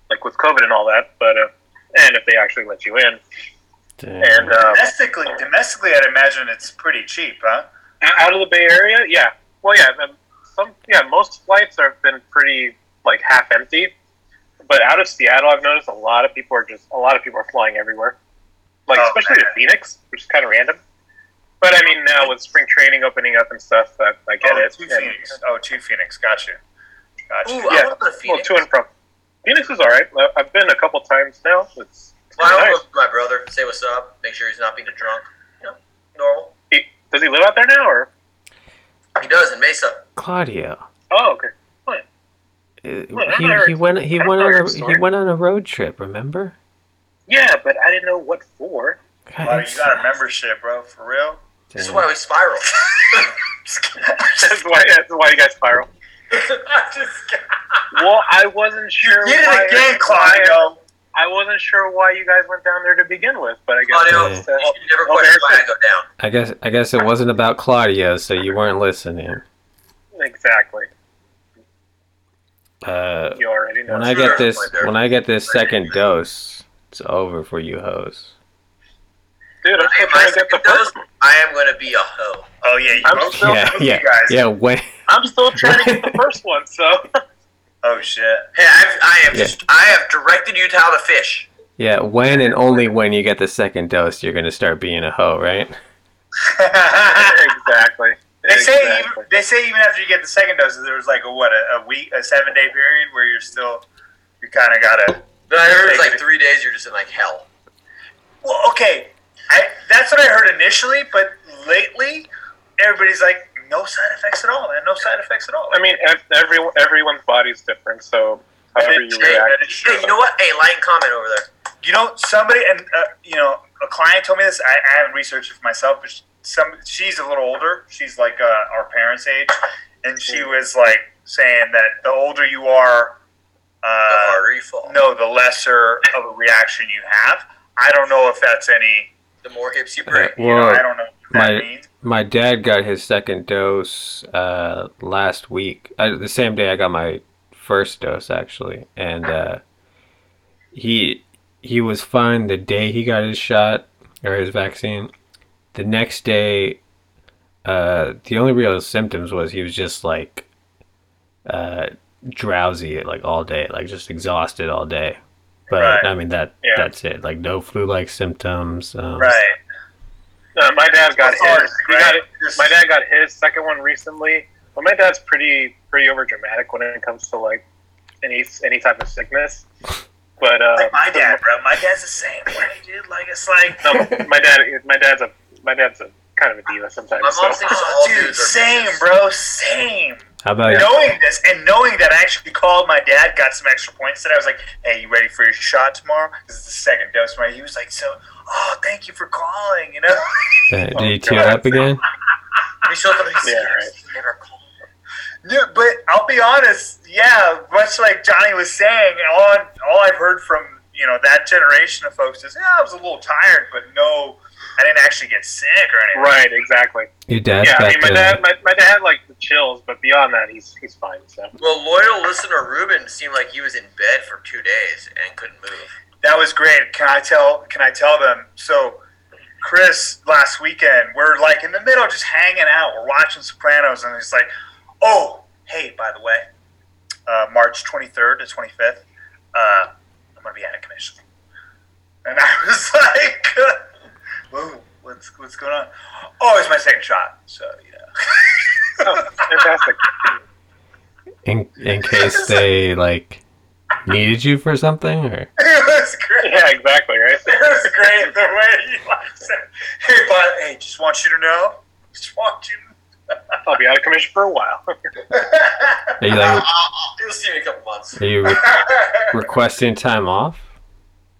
S5: like, with COVID and all that. But uh, and if they actually let you in, and uh,
S3: domestically, domestically, I'd imagine it's pretty cheap, huh?
S5: out of the Bay Area, yeah. Well, yeah, um, some yeah. Most flights have been pretty like half empty, but out of Seattle, I've noticed a lot of people are just a lot of people are flying everywhere, like
S3: Oh,
S5: especially to
S3: man.
S5: Phoenix, which is kind of random. But I mean, now with spring training opening up and stuff, I, I get
S3: oh,
S5: it.
S3: to
S5: And-
S3: Phoenix. Oh, to Phoenix. Got you. Got you.
S4: Ooh, I
S5: Yeah.
S4: want to go to
S5: Well,
S4: Phoenix.
S5: to and from. Phoenix is all right. I- I've been a couple times now. It's, it's
S4: Well, I want
S5: kinda nice.
S4: to go to my brother, say what's up, make sure he's not being a drunk. You know, normal.
S5: He- does he live out there now, or
S4: He does in Mesa.
S6: Claudio. Uh,
S5: oh, okay.
S6: He,
S5: I
S6: he,
S5: heard-
S6: went. He
S5: I
S6: went
S5: heard
S6: on.
S5: the
S6: A,
S5: story.
S6: he went on a road trip. Remember?
S5: Yeah, but I didn't know what for.
S6: God,
S3: Claudio, you
S6: it's-
S3: got a membership, bro. For real.
S4: This is why we spiral.
S5: that's why. That's why you guys spiral.
S3: I just
S5: Well, I wasn't sure.
S3: did
S5: why-
S3: it again,
S5: why-
S3: Claudio.
S5: I wasn't sure why you guys went down there to begin with, but I guess
S4: Audio, you
S5: it's,
S4: should
S5: uh,
S4: never
S5: oh,
S4: question
S5: there's
S4: why I
S5: it.
S4: go down.
S6: I guess. I guess it wasn't about Claudio, so you weren't listening.
S5: exactly.
S6: Uh,
S5: You already know.
S6: when I get this, when I get this second dose, it's over for you, hoes.
S5: dude, I'm
S4: I
S5: still
S4: am my
S5: trying to get the
S4: second dose,
S5: first.
S4: I am going to be a hoe.
S3: Oh yeah, you
S5: I'm
S3: both
S5: still-
S6: yeah,
S3: both
S6: yeah,
S3: you guys.
S6: yeah. When,
S5: I'm still trying to get the first one, so
S3: Oh shit.
S4: Hey, I've, I have
S6: Yeah.
S4: just, I have directed you to how to fish.
S6: yeah, when and only when you get the second dose, you're gonna start being a hoe, right?
S5: exactly.
S3: They say
S5: exactly.
S3: even, they say even after you get the second dose, there was like a what a, a week, a seven day period where you're still you kind of gotta.
S4: But I remember it was
S3: Take
S4: like
S3: it.
S4: three days. You're just in like hell.
S3: Well, okay, I, that's what I heard initially, but lately everybody's like no side effects at all, and no side effects at all.
S5: I mean, ev- every everyone's body's different, so however you
S3: Hey,
S5: react.
S3: that is
S4: Hey,
S3: true.
S4: you know what? Hey, lying comment over there.
S3: You know, somebody and uh, you know, a client told me this. I, I haven't researched it for myself, but sh- some she's a little older. She's like uh, our parents' age, and she was like saying that the older you are,
S4: The
S3: uh,
S4: harder you fall,
S3: no, the lesser of a reaction you have. I don't know if that's any.
S4: the more hips you break.
S6: Uh,
S3: You know,
S6: well,
S3: I don't know what that
S6: my-
S3: means.
S6: My dad got his second dose uh, last week. I, the same day I got my first dose, actually, and uh, he he was fine the day he got his shot or his vaccine. The next day, uh, the only real symptoms was he was just like uh, drowsy like all day, like just exhausted all day. But
S3: Right.
S6: I mean that
S5: Yeah.
S6: that's it. Like no flu-like symptoms. Um,
S3: Right.
S5: No, Uh, my dad got
S3: Hard,
S5: his. He got
S3: right?
S5: it. My dad got his second one recently. But my dad's pretty pretty over dramatic when it comes to like any any type of sickness. But uh,
S3: Like my dad, bro. My dad's the same way, dude. Like it's like
S5: no, my dad my dad's a my dad's a kind of a diva sometimes.
S4: My mom
S5: so.
S4: thinks all
S3: dude,
S4: dudes are
S3: same,
S4: bitches.
S3: bro, same.
S6: How about
S3: Knowing this and knowing that I actually called my dad, got some extra points today. I was like, "Hey, you ready for your shot tomorrow? This is the second dose tomorrow." He was like, "So, oh, thank you for calling." You know,
S6: Uh, did he tear up again?
S4: We still have
S5: Yeah, right.
S4: never called.
S3: Dude, but I'll be honest, yeah, much like Johnny was saying, all all I've heard from you know that generation of folks is, yeah, I was a little tired, but no, I didn't actually get sick or anything.
S5: Right, exactly.
S6: Your dad's
S5: yeah, I
S6: back
S5: mean, my
S6: to
S5: dad, my, my dad had like the chills, but beyond that, he's he's fine. So
S4: Well, loyal listener Ruben seemed like he was in bed for two days and couldn't move.
S3: That was great. Can I tell? Can I tell them? So, Chris, last weekend, we're like in the middle, just hanging out. We're watching Sopranos, and he's like, "Oh, hey, by the way, uh, March 23rd to 25th, uh, I'm gonna be out of commission." And I was like, "Whoa, what's what's going on?" Oh, it's my second shot. So yeah.
S5: oh, fantastic.
S6: in, in case they like needed you for something or
S3: it was great.
S5: yeah, exactly. Right.
S3: It was great the way you like said, "Hey, but hey, just want you to know, just want you." to
S5: I'll be out of commission for a while.
S6: are you like
S4: You'll see me in a couple months.
S6: are you re- requesting time off?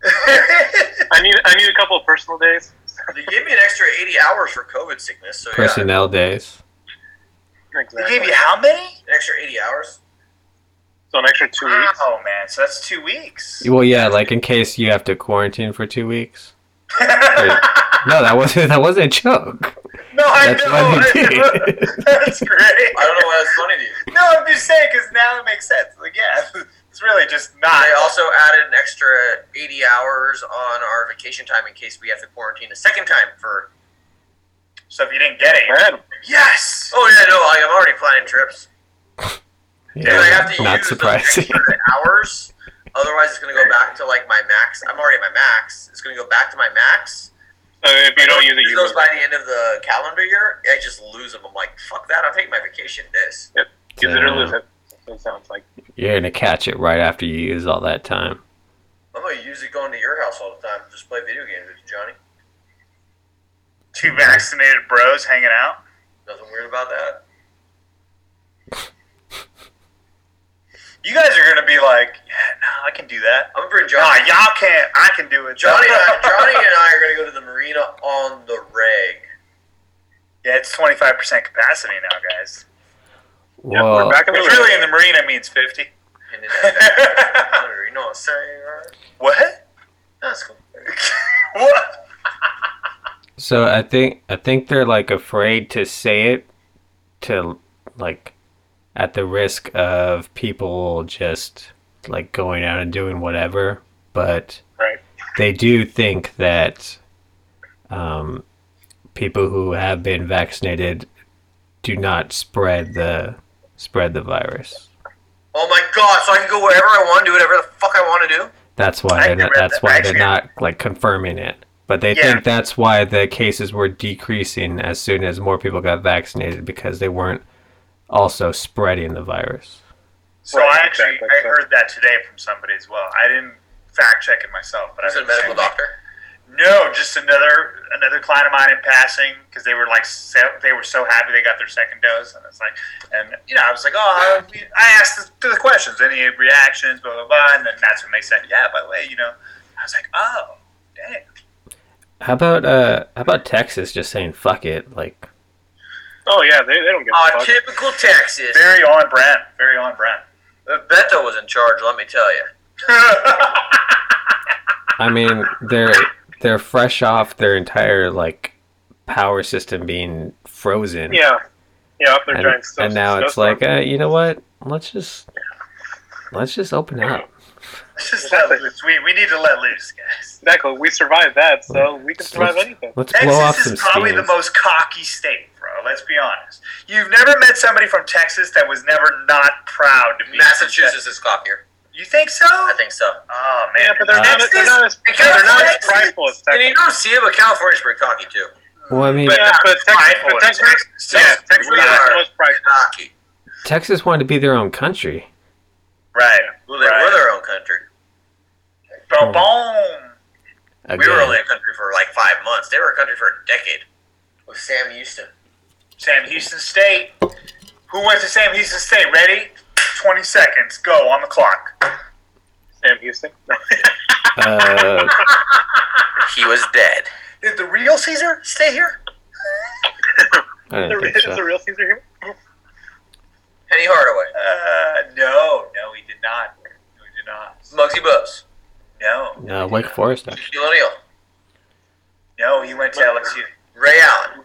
S5: I need I need a couple of personal days.
S4: They gave me an extra 80 hours for COVID sickness, so yeah, an
S6: Personnel days.
S3: they
S5: Exactly.
S3: gave you how many?
S4: extra 80 hours.
S5: So an extra two weeks.
S3: Oh man, so that's two weeks.
S6: Well, yeah, like in case you have to quarantine for two weeks. Or- no, that wasn't that wasn't a joke.
S3: no, I
S6: That's
S3: know.
S6: what they
S3: I
S6: did.
S3: know. that's great.
S4: I don't know why that's funny to you.
S3: No, I'm just saying because now it makes sense. Like, yeah, it's really just not.
S4: I also added an extra 80 hours on our vacation time in case we have to quarantine a second time for.
S3: So if you didn't get it,
S5: Man,
S3: yes.
S4: Oh yeah, no, I, I'm already planning trips. And I
S6: Yeah,
S4: have to
S6: not
S4: use
S6: surprising.
S4: Those extra hours. Otherwise, it's going to go back to like my max. I'm already at my max. It's going to go back to my max.
S5: so Uh, if you don't use it, you
S4: those
S5: lose
S4: by
S5: it.
S4: the end of the calendar year. I just lose them. I'm like, fuck that. I'll take my vacation this.
S5: Use it or lose it. It sounds like
S6: You're gonna catch it right after you use all that time.
S4: I'm gonna use it going to your house all the time. Just play video games with you, Johnny.
S3: Two vaccinated bros hanging out.
S4: Nothing weird about that.
S3: You guys are gonna be like, yeah, no, I can do that.
S4: I'm gonna bring
S3: Nah,
S4: Johnny.
S3: y'all can't. I can do it.
S4: Johnny, and I, Johnny and I are gonna go to the marina on the reg.
S3: yeah, it's twenty five percent capacity now, guys.
S5: yeah,
S6: Well,
S5: we're back in the
S3: Which really, in the marina means fifty.
S4: And then that, you know what I'm saying? Right?
S3: what?
S4: That's cool.
S3: What?
S6: so I think I think they're like afraid to say it, to like, at the risk of people just like going out and doing whatever. But
S5: Right.
S6: they do think that um, people who have been vaccinated do not spread the spread the virus.
S4: Oh my god! So I can go wherever I want, do whatever the fuck I want to do.
S6: That's why they're not,
S3: read
S6: that's
S3: that.
S6: why
S3: I
S6: they're
S3: actually-
S6: not like confirming it. But they
S3: Yeah.
S6: think that's why the cases were decreasing as soon as more people got vaccinated because they weren't also spreading the virus.
S3: So
S5: Right,
S3: I actually
S5: exactly,
S3: I
S5: so-
S3: heard that today from somebody as well. I didn't fact check it myself, but I
S4: Is it
S3: heard
S4: a
S3: the same
S4: medical
S3: thing.
S4: doctor?
S3: No, just another another client of mine in passing because they were like so, they were so happy they got their second dose, and it's like, and you know, I was like, oh, I, I asked the, the questions, any reactions, blah blah blah, and then that's when they said, yeah, by the way, you know, I was like, oh, damn,
S6: How about uh how about Texas just saying fuck it like
S5: Oh yeah, they, they don't give a
S4: Uh,
S5: fuck.
S4: typical Texas.
S3: very on brand, very on brand.
S4: Uh, Beto was in charge. Let me tell you.
S6: I mean, they're they're fresh off their entire like power system being frozen.
S5: Yeah, yeah, up there
S6: and,
S5: giant stuff.
S6: and now it's like, uh, you know what? Let's just let's just open up.
S3: Let's just let loose. We we need to let loose, guys.
S5: exactly. We survived that, so we can
S6: Let's,
S5: survive anything.
S6: let's blow off
S3: Texas
S6: some
S3: is probably
S6: steam.
S3: the most cocky state, bro. Let's be honest. You've never met somebody from Texas that was never not proud to be. from Texas.
S4: Massachusetts is cockier.
S3: You think so?
S4: I think so.
S3: Oh man,
S5: Yeah, but they're not, they're not as
S4: Texas-
S5: they're not as
S4: Texas-
S5: prideful as
S4: And you
S5: Texas.
S4: don't see it, but California's pretty cocky too.
S6: Well, I mean,
S5: But,
S3: Yeah,
S5: but Texas,
S3: prideful
S5: but
S3: as
S5: Texas,
S3: Texas.
S5: yeah, Texas
S4: We
S5: is
S4: are.
S5: the most prideful.
S4: Cocky.
S6: Texas wanted to be their own country.
S3: right.
S4: Well, they
S3: right.
S4: were their own country.
S3: Boom, boom.
S6: Again.
S4: We were only a country for like five months. They were a country for a decade. With Sam Houston.
S3: Sam Houston State. Who went to Sam Houston State? Ready? Twenty seconds. Go on the clock.
S5: Sam Houston.
S6: uh,
S4: He was dead.
S3: Did the real Caesar stay here?
S6: I
S5: The
S6: don't
S5: re-
S6: think
S5: Is the
S6: so.
S5: real Caesar here?
S4: Penny Hardaway.
S3: Uh, no, no, he did not. No, he did not.
S4: Muggsy Bogues.
S3: No,
S6: Uh, Wake Forest, actually.
S4: Shaquille O'Neal.
S3: no, he went to LSU.
S4: Ray Allen.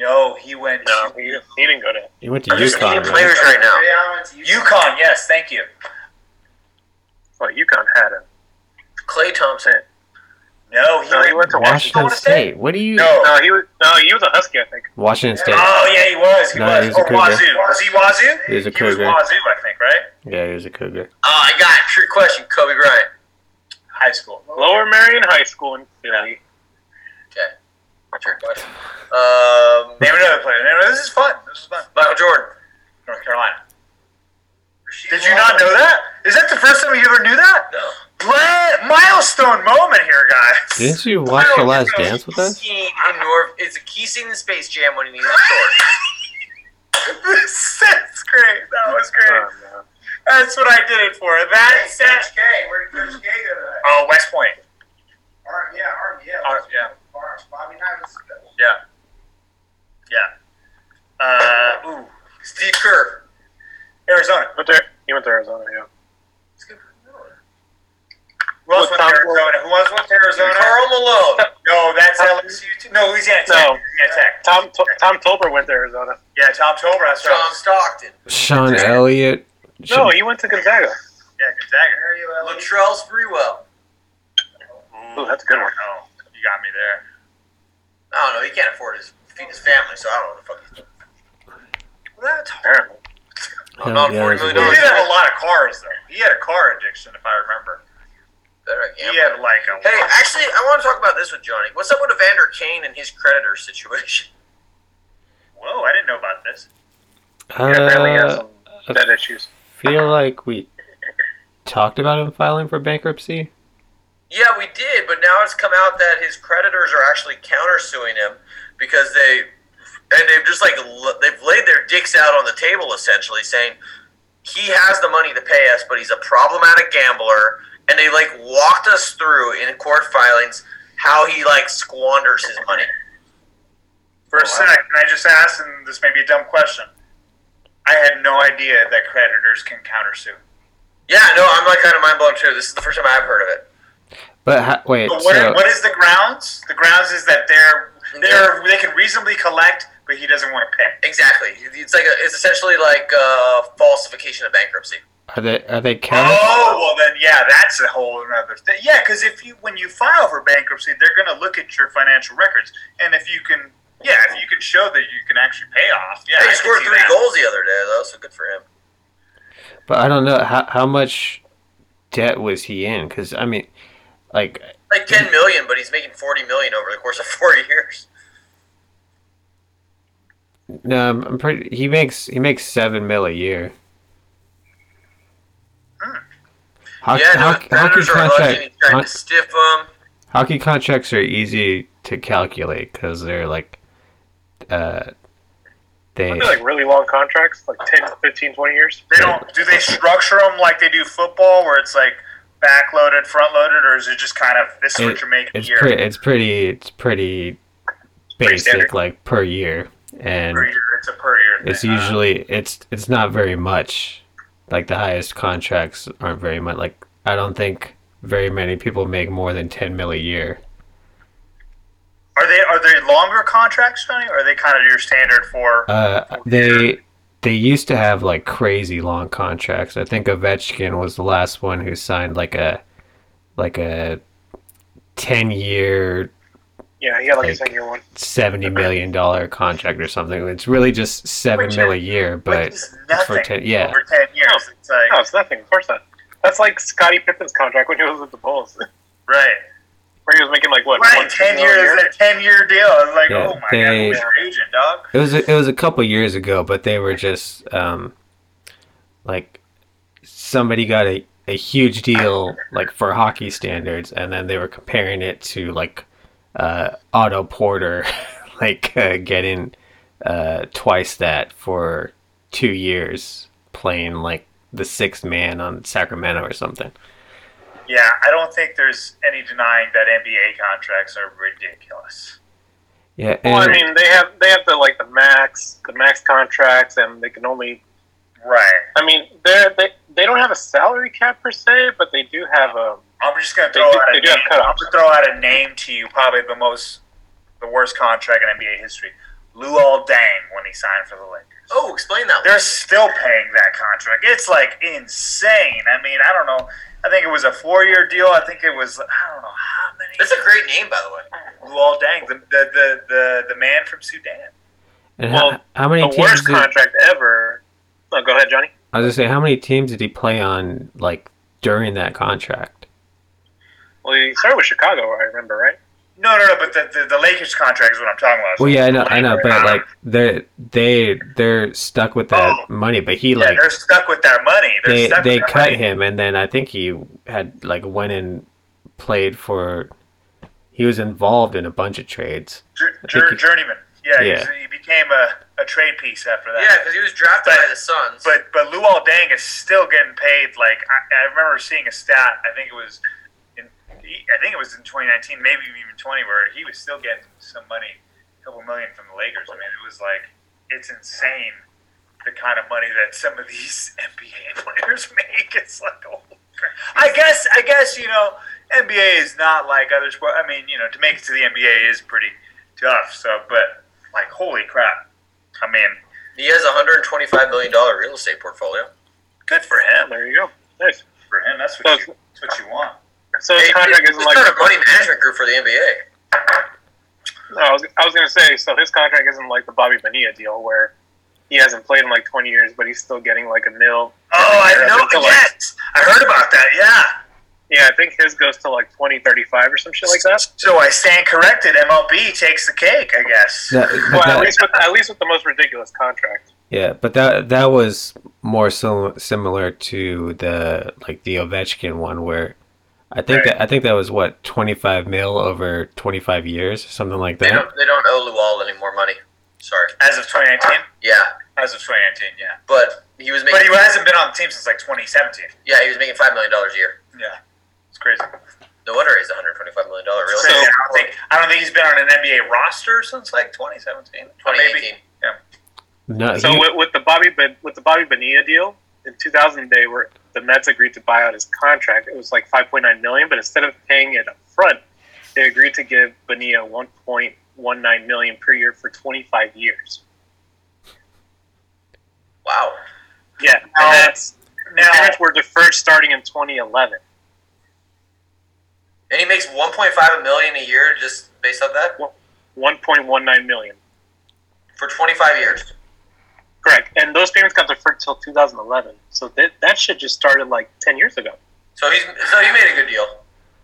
S3: No, he went
S5: No,
S3: to
S5: he, he didn't go to.
S6: You went to
S4: I'm just naming
S6: UConn, right?
S4: players right now.
S2: Ray Allen to UConn.
S3: UConn. Yes, thank you.
S5: Well, UConn had him.
S4: Clay Thompson.
S3: No, he
S5: No,
S3: went.
S5: he went to Washington.
S6: Washington State. What do you?
S3: No.
S5: No, he was. No, he was a Husky, I think.
S6: Washington State.
S3: Oh yeah, he was. He
S6: No,
S3: was.
S6: he was a
S3: Or
S6: Cougar.
S3: Wazoo. Was he Wazoo?
S6: He was a
S3: was
S6: Cougar.
S3: Wazoo, I think. Right?
S6: Yeah, he was a Cougar.
S4: Oh, I got it. Trick question. Kobe Bryant.
S3: High school.
S5: Lower Marion High School in Philly.
S4: Okay. Trick question. Um,
S3: Name another player. Name another- This is fun. This is fun.
S4: Michael Jordan.
S3: North Carolina. Did you not know that? Is that the first time you ever knew that?
S4: No.
S3: Bla- milestone moment here, guys.
S6: Didn't you watch The Last Dance with us?
S4: Key in North, it's a key scene in Space Jam when he needs a sword.
S3: That's great. That was great.
S5: Um, uh,
S3: That's what I did it for. That
S2: Hey,
S3: is
S2: Coach K. Where did Coach K go to that?
S3: Oh, West Point.
S2: Arm, yeah, Arm, yeah.
S3: Arm, yeah.
S2: Arm. Bobby Knight was
S3: Yeah. Yeah. Uh, ooh,
S4: Steve Kerr.
S3: Arizona.
S5: went to, he went to Arizona. Yeah.
S3: Who else went to
S5: Well, Tom-
S3: Arizona? Who else went to Arizona?
S4: Carl Malone.
S3: No, that's LSU. Too. No, Louisiana Tech.
S5: No.
S3: Louisiana Tech.
S5: Tom Tom Tolbert went to Arizona.
S3: Yeah, Tom Tolbert. That's
S4: John
S3: right.
S4: Stockton.
S6: Sean Elliott.
S5: No, he went to Gonzaga.
S3: Yeah, Gonzaga.
S4: Latrell Sprewell.
S5: Ooh, that's a good one.
S3: No, Oh, you got me there.
S4: I don't know. He can't afford his feed his family, so I don't know what the fuck he's doing.
S3: That's hard.
S5: Apparently.
S6: Oh,
S4: Not
S6: yeah,
S4: $40
S6: he's a
S4: million
S3: He
S6: winner.
S3: did have a lot of cars, though. He had a car addiction, if I remember.
S4: Better
S3: He had like a.
S4: Hey, actually, I want to talk about this with Johnny. What's up with Evander Kane and his creditor situation?
S3: Whoa, I didn't know about this.
S5: He apparently has
S6: Uh,
S5: some debt issues.
S6: feel like we talked about him filing for bankruptcy.
S4: Yeah, we did, but now it's come out that his creditors are actually countersuing him because they and they've just like l- they've laid their dicks out on the table essentially saying he has the money to pay us, but he's a problematic gambler and they like walked us through in court filings how he like squanders his money.
S3: For a sec, can I just ask, and this may be a dumb question. I had no idea that creditors can countersue.
S4: Yeah, no, I'm like kind of mind blown too. This is the first time I've heard of it.
S6: But ha- wait,
S3: But what,
S6: so
S3: what is the grounds? The grounds is that they're they're they can reasonably collect, but he doesn't want to pay.
S4: Exactly. It's like a, it's essentially like a falsification of bankruptcy.
S6: are they are they counter?
S3: Oh well, then yeah, that's a whole another thing. Yeah, because if you when you file for bankruptcy, they're going to look at your financial records, and if you can, yeah, if you can show that you can actually pay off, yeah, I
S4: he
S3: can
S4: scored
S3: see
S4: three
S3: that.
S4: goals the other day though, so good for him.
S6: But I don't know how how much debt was he in? Because I mean, like
S4: Like ten million, but he's making forty million over the course of four years.
S6: no, I'm, I'm pretty. He makes he makes seven mil a year. How,
S4: yeah, no,
S6: how, hockey
S4: Predators are lucky. He's
S6: contract,
S4: trying
S6: hon-
S4: to stiff him.
S6: hockey contracts are easy to calculate because they're like, uh, they
S5: They're like really long contracts, like 10, 15, 20 years.
S3: They don't. Do they structure them like they do football, where it's like backloaded, front loaded, or is it just kind of this is what
S6: It-
S3: you're making
S6: it's
S3: here?
S6: pretty it's pretty it's pretty
S3: standard.
S6: basic like per year and
S3: per year. It's a per year.
S6: it's
S3: thing.
S6: usually it's it's not very much like the highest contracts aren't very much like i don't think very many people make more than 10 mil a year
S3: Are they are they longer contracts, Johnny? Or are they kind of your standard for?
S6: uh they they used to have like crazy long contracts i think ovechkin was the last one who signed like a like a 10 year
S5: Yeah, he got like, a
S6: Like-
S5: ten year one.
S6: seventy million dollar contract or something. It's really just seven
S3: Which
S6: mil a
S3: is-
S6: year,
S3: Which
S6: but
S3: is nothing
S6: for ten, yeah,
S3: over ten years. It's like
S4: Oh,
S5: No, it's nothing. Of course not. That's like Scottie Pippen's contract when he was with the Bulls,
S3: right,
S5: where he was making like what
S3: right.
S5: one
S3: Ten
S5: million a
S3: years,
S5: year?
S3: a ten year deal. I was like,
S6: Yeah,
S3: oh my god,
S6: they-
S3: who's your agent, dog?
S6: it was a, it was a couple years ago, but they were just um, like somebody got a a huge deal like for hockey standards, and then they were comparing it to like uh, Otto Porter, like uh, getting uh, twice that for two years playing like the sixth man on Sacramento or something.
S3: Yeah, I don't think there's any denying that NBA contracts are ridiculous.
S6: Yeah,
S5: Well, I
S6: and-
S5: mean, they have they have the like the max the max contracts, and they can only.
S3: Right.
S5: I mean, they're, they they don't have a salary cap per se, but they do have a.
S3: I'm just gonna
S5: They
S3: throw
S5: do-
S3: out
S5: they
S3: a
S5: do have
S3: name. I'm
S5: cutoffs.
S3: gonna throw out a name to you. Probably the most, the worst contract in NBA history. Lou Dang when he signed for the Lakers.
S4: Oh, explain that.
S3: They're
S4: One.
S3: still paying that contract. It's like insane. I mean, I don't know. I think it was a four-year deal. I think it was I don't know how many.
S4: That's a great name, by the way.
S3: Luol Deng, the the, the the the man from Sudan.
S6: And
S5: Well,
S6: how, how many
S5: The
S6: teams?
S5: worst
S6: did-
S5: contract ever. No, go ahead, Johnny.
S6: I was gonna say, how many teams did he play on like during that contract?
S5: Well, he started with Chicago, I remember, right?
S3: No, no, no. But the, the, the Lakers contract is what I'm talking about.
S6: Well, yeah, I know, I know, but
S3: Um,
S6: like they they they're stuck with that
S3: Oh.
S6: money. But he
S3: yeah,
S6: like
S3: they're stuck with their money. They're
S6: they
S3: stuck
S6: they
S3: with their
S6: cut
S3: money.
S6: him, and then I think he had like went and played for. He was involved in a bunch of trades.
S3: Jer-
S6: think
S3: Jer-
S6: he-
S3: journeyman. Yeah, he
S6: Yeah.
S3: was- he became a, a trade piece after that.
S4: Yeah, because he was drafted
S3: But-
S4: by the Suns.
S3: But but Luol Deng is still getting paid. Like I, I remember seeing a stat. I think it was in he- I think it was in 2019, maybe even 20, where he was still getting some money, a couple million from the Lakers. I mean, it was like it's insane the kind of money that some of these NBA players make. It's like oh, crap. I guess I guess you know NBA is not like other sports. I mean, you know, to make it to the NBA is pretty tough. So, but like holy crap, I mean.
S4: he has a hundred and twenty-five million dollar real estate portfolio.
S3: Good for him.
S5: There you go. Nice.
S3: For him, that's
S5: So
S3: what you, that's what you want.
S5: So his contract isn't like
S4: started a money management group for the NBA.
S5: No, I was, I was gonna say. So his contract isn't like the Bobby Bonilla deal where he hasn't played in like 20 years, but he's still getting like a
S3: Oh,
S5: mil.
S3: I
S5: Yeah,
S3: know.
S5: it's a lot.
S3: Yes, I heard about that. Yeah.
S5: Yeah, I think his goes to like 2035 or some shit like that.
S3: So I stand corrected. MLB takes the cake, I guess.
S6: That- but
S5: Well, at
S6: that-
S5: least with at least with the most ridiculous contract.
S6: Yeah, but that that was more so similar to the like the Ovechkin one where I think that I think that was what 25 mil over 25 years or something like
S4: They
S6: that.
S4: don't. They don't owe Luol any more money. Sorry.
S3: As of 2019.
S4: Yeah,
S3: As of 2019, yeah.
S4: but he was making.
S3: But he hasn't been on the team since like 2017.
S4: yeah, he was making five million dollars a year.
S3: Yeah. It's crazy.
S4: No wonder he's a hundred twenty-five million dollar real
S3: It's
S4: estate.
S3: crazy. I don't think I don't think he's been on an NBA roster since like 2017. Or
S4: Twenty
S3: Maybe.
S4: eighteen.
S6: No,
S5: So
S6: Uh, he-
S5: with, with the Bobby Bon- with the Bobby Bonilla deal in 2000, they were the Mets agreed to buy out his contract. It was like 5.9 million, but instead of paying it up front, they agreed to give Bonilla 1.19 million per year for 25 years.
S4: Wow.
S5: Yeah, and
S3: Now-
S5: that's
S3: Now,
S5: the Mets were deferred starting in 2011.
S4: And he makes one point five million a year just based off that
S5: 1.19 million.
S4: for twenty-five years.
S5: Correct. And those payments got deferred till 2011. So that, that shit just started like 10 years ago.
S4: So he's so he made a good deal.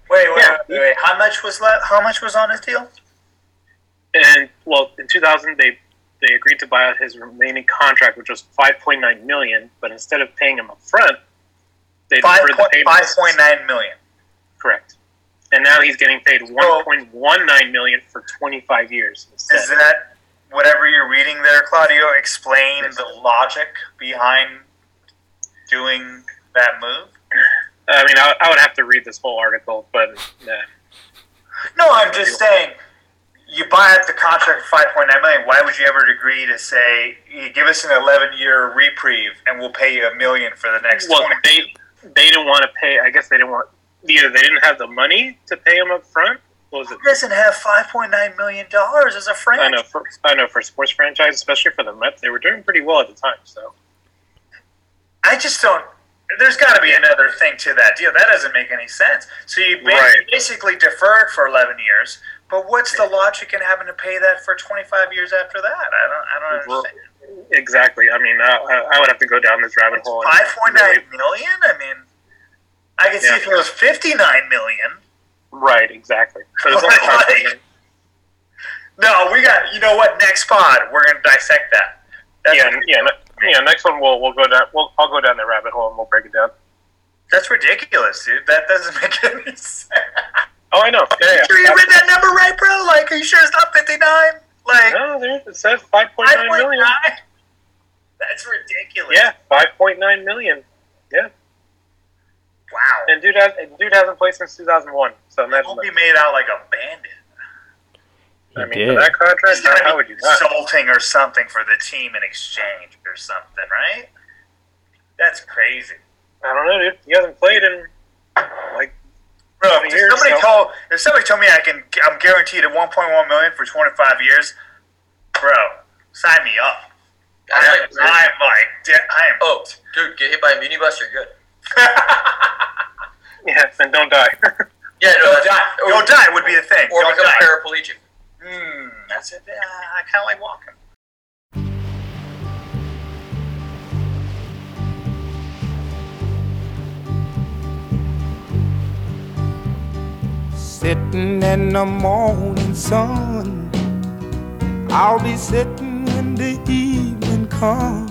S3: wait, wait,
S5: Yeah.
S3: wait, wait, wait. How much was left? How much was on his deal?
S5: And well, in 2000 they they agreed to buy out his remaining contract, which was 5.9 million. But instead of paying him up front, they
S3: Five
S5: deferred the
S3: point five
S5: payments.
S3: point nine million.
S5: Correct. And now he's getting paid 1.19 million for 25 years. instead.
S3: Is that whatever you're reading there, Claudio? Explain the logic behind doing that move.
S5: I mean, I, I would have to read this whole article, but uh,
S3: No, I'm just saying. You buy out the contract for 5.9 million. Why would you ever agree to say, "You give us an 11-year reprieve, and we'll pay you a million for the next
S5: well,
S3: 20?
S5: they they didn't want to pay. I guess they didn't want either. They didn't have the money to pay him up front. What was it?
S3: He doesn't have 5.9 million dollars as a
S5: I
S3: franchise.
S5: know for I know for sports franchise, especially for the Mets, they were doing pretty well at the time. So
S3: I just don't. There's got to be another thing to that deal. That doesn't make any sense. So you ba-
S5: Right.
S3: you basically deferred for 11 years, But what's the logic in having to pay that for 25 years after that? I don't, I don't
S5: Well,
S3: understand.
S5: exactly. I mean, I- I, I would have to go down this rabbit
S3: It's
S5: hole.
S3: 5.9
S5: really-
S3: million? I mean, I could see
S5: Yeah.
S3: if it was 59 million.
S5: Right, exactly. So it's only
S3: Like-
S5: five million.
S3: No, we got, you know what? Next pod, we're going to dissect that. That's,
S5: yeah, yeah, ne- yeah. Next one, we'll we'll go down. We'll I'll go down the rabbit hole and we'll break it down.
S3: that's ridiculous, dude. That doesn't make any sense.
S5: Oh, I know. Yeah,
S3: You sure you
S5: yeah.
S3: read that number right, bro? Like, are you sure it's not 59? Like,
S5: No, there, it says five point nine
S3: 5.9?
S5: million.
S3: That's ridiculous.
S5: Yeah, five point nine million. Yeah,
S3: Wow.
S5: and dude has and dude hasn't played since two thousand one. So
S3: I
S5: imagine
S3: hope
S5: that.
S3: he made out like a bandit.
S6: He
S5: I mean,
S6: did.
S5: for that contract,
S3: He's gotta
S5: how
S3: be
S5: would you not?
S3: consulting or something for the team in exchange or something, right? That's crazy.
S5: I don't know, dude. He hasn't played in like
S3: Bro,
S5: Twenty
S3: if
S5: years,
S3: somebody
S5: so-
S3: told if somebody told me I can I'm guaranteed at 1.1 million for 25 years, bro, sign me up. I'm
S4: I
S3: like,
S4: like,
S3: de- I am.
S4: oh, dude, get hit by a minibus, you're good.
S5: yeah, and don't die.
S4: Yeah, no, that's-
S3: Don't die.
S4: or-
S3: Don't die would be the thing.
S4: Or
S3: Don't
S4: become
S3: die.
S4: paraplegic.
S3: Mm, that's it. Yeah, I kind of like walking.
S7: Sitting in the morning sun. I'll be sitting when the evening comes.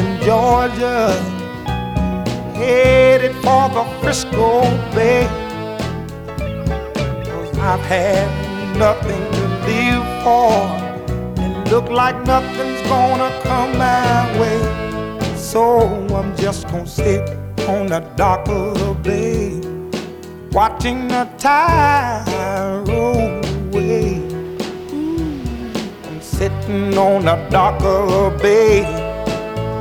S7: in Georgia, headed for the Frisco Bay. 'Cause I've had nothing to live for, and look like nothing's gonna come my way. So I'm just gonna sit on the dock of the bay, watching the tide roll away. Ooh, I'm sitting on the dock of the bay,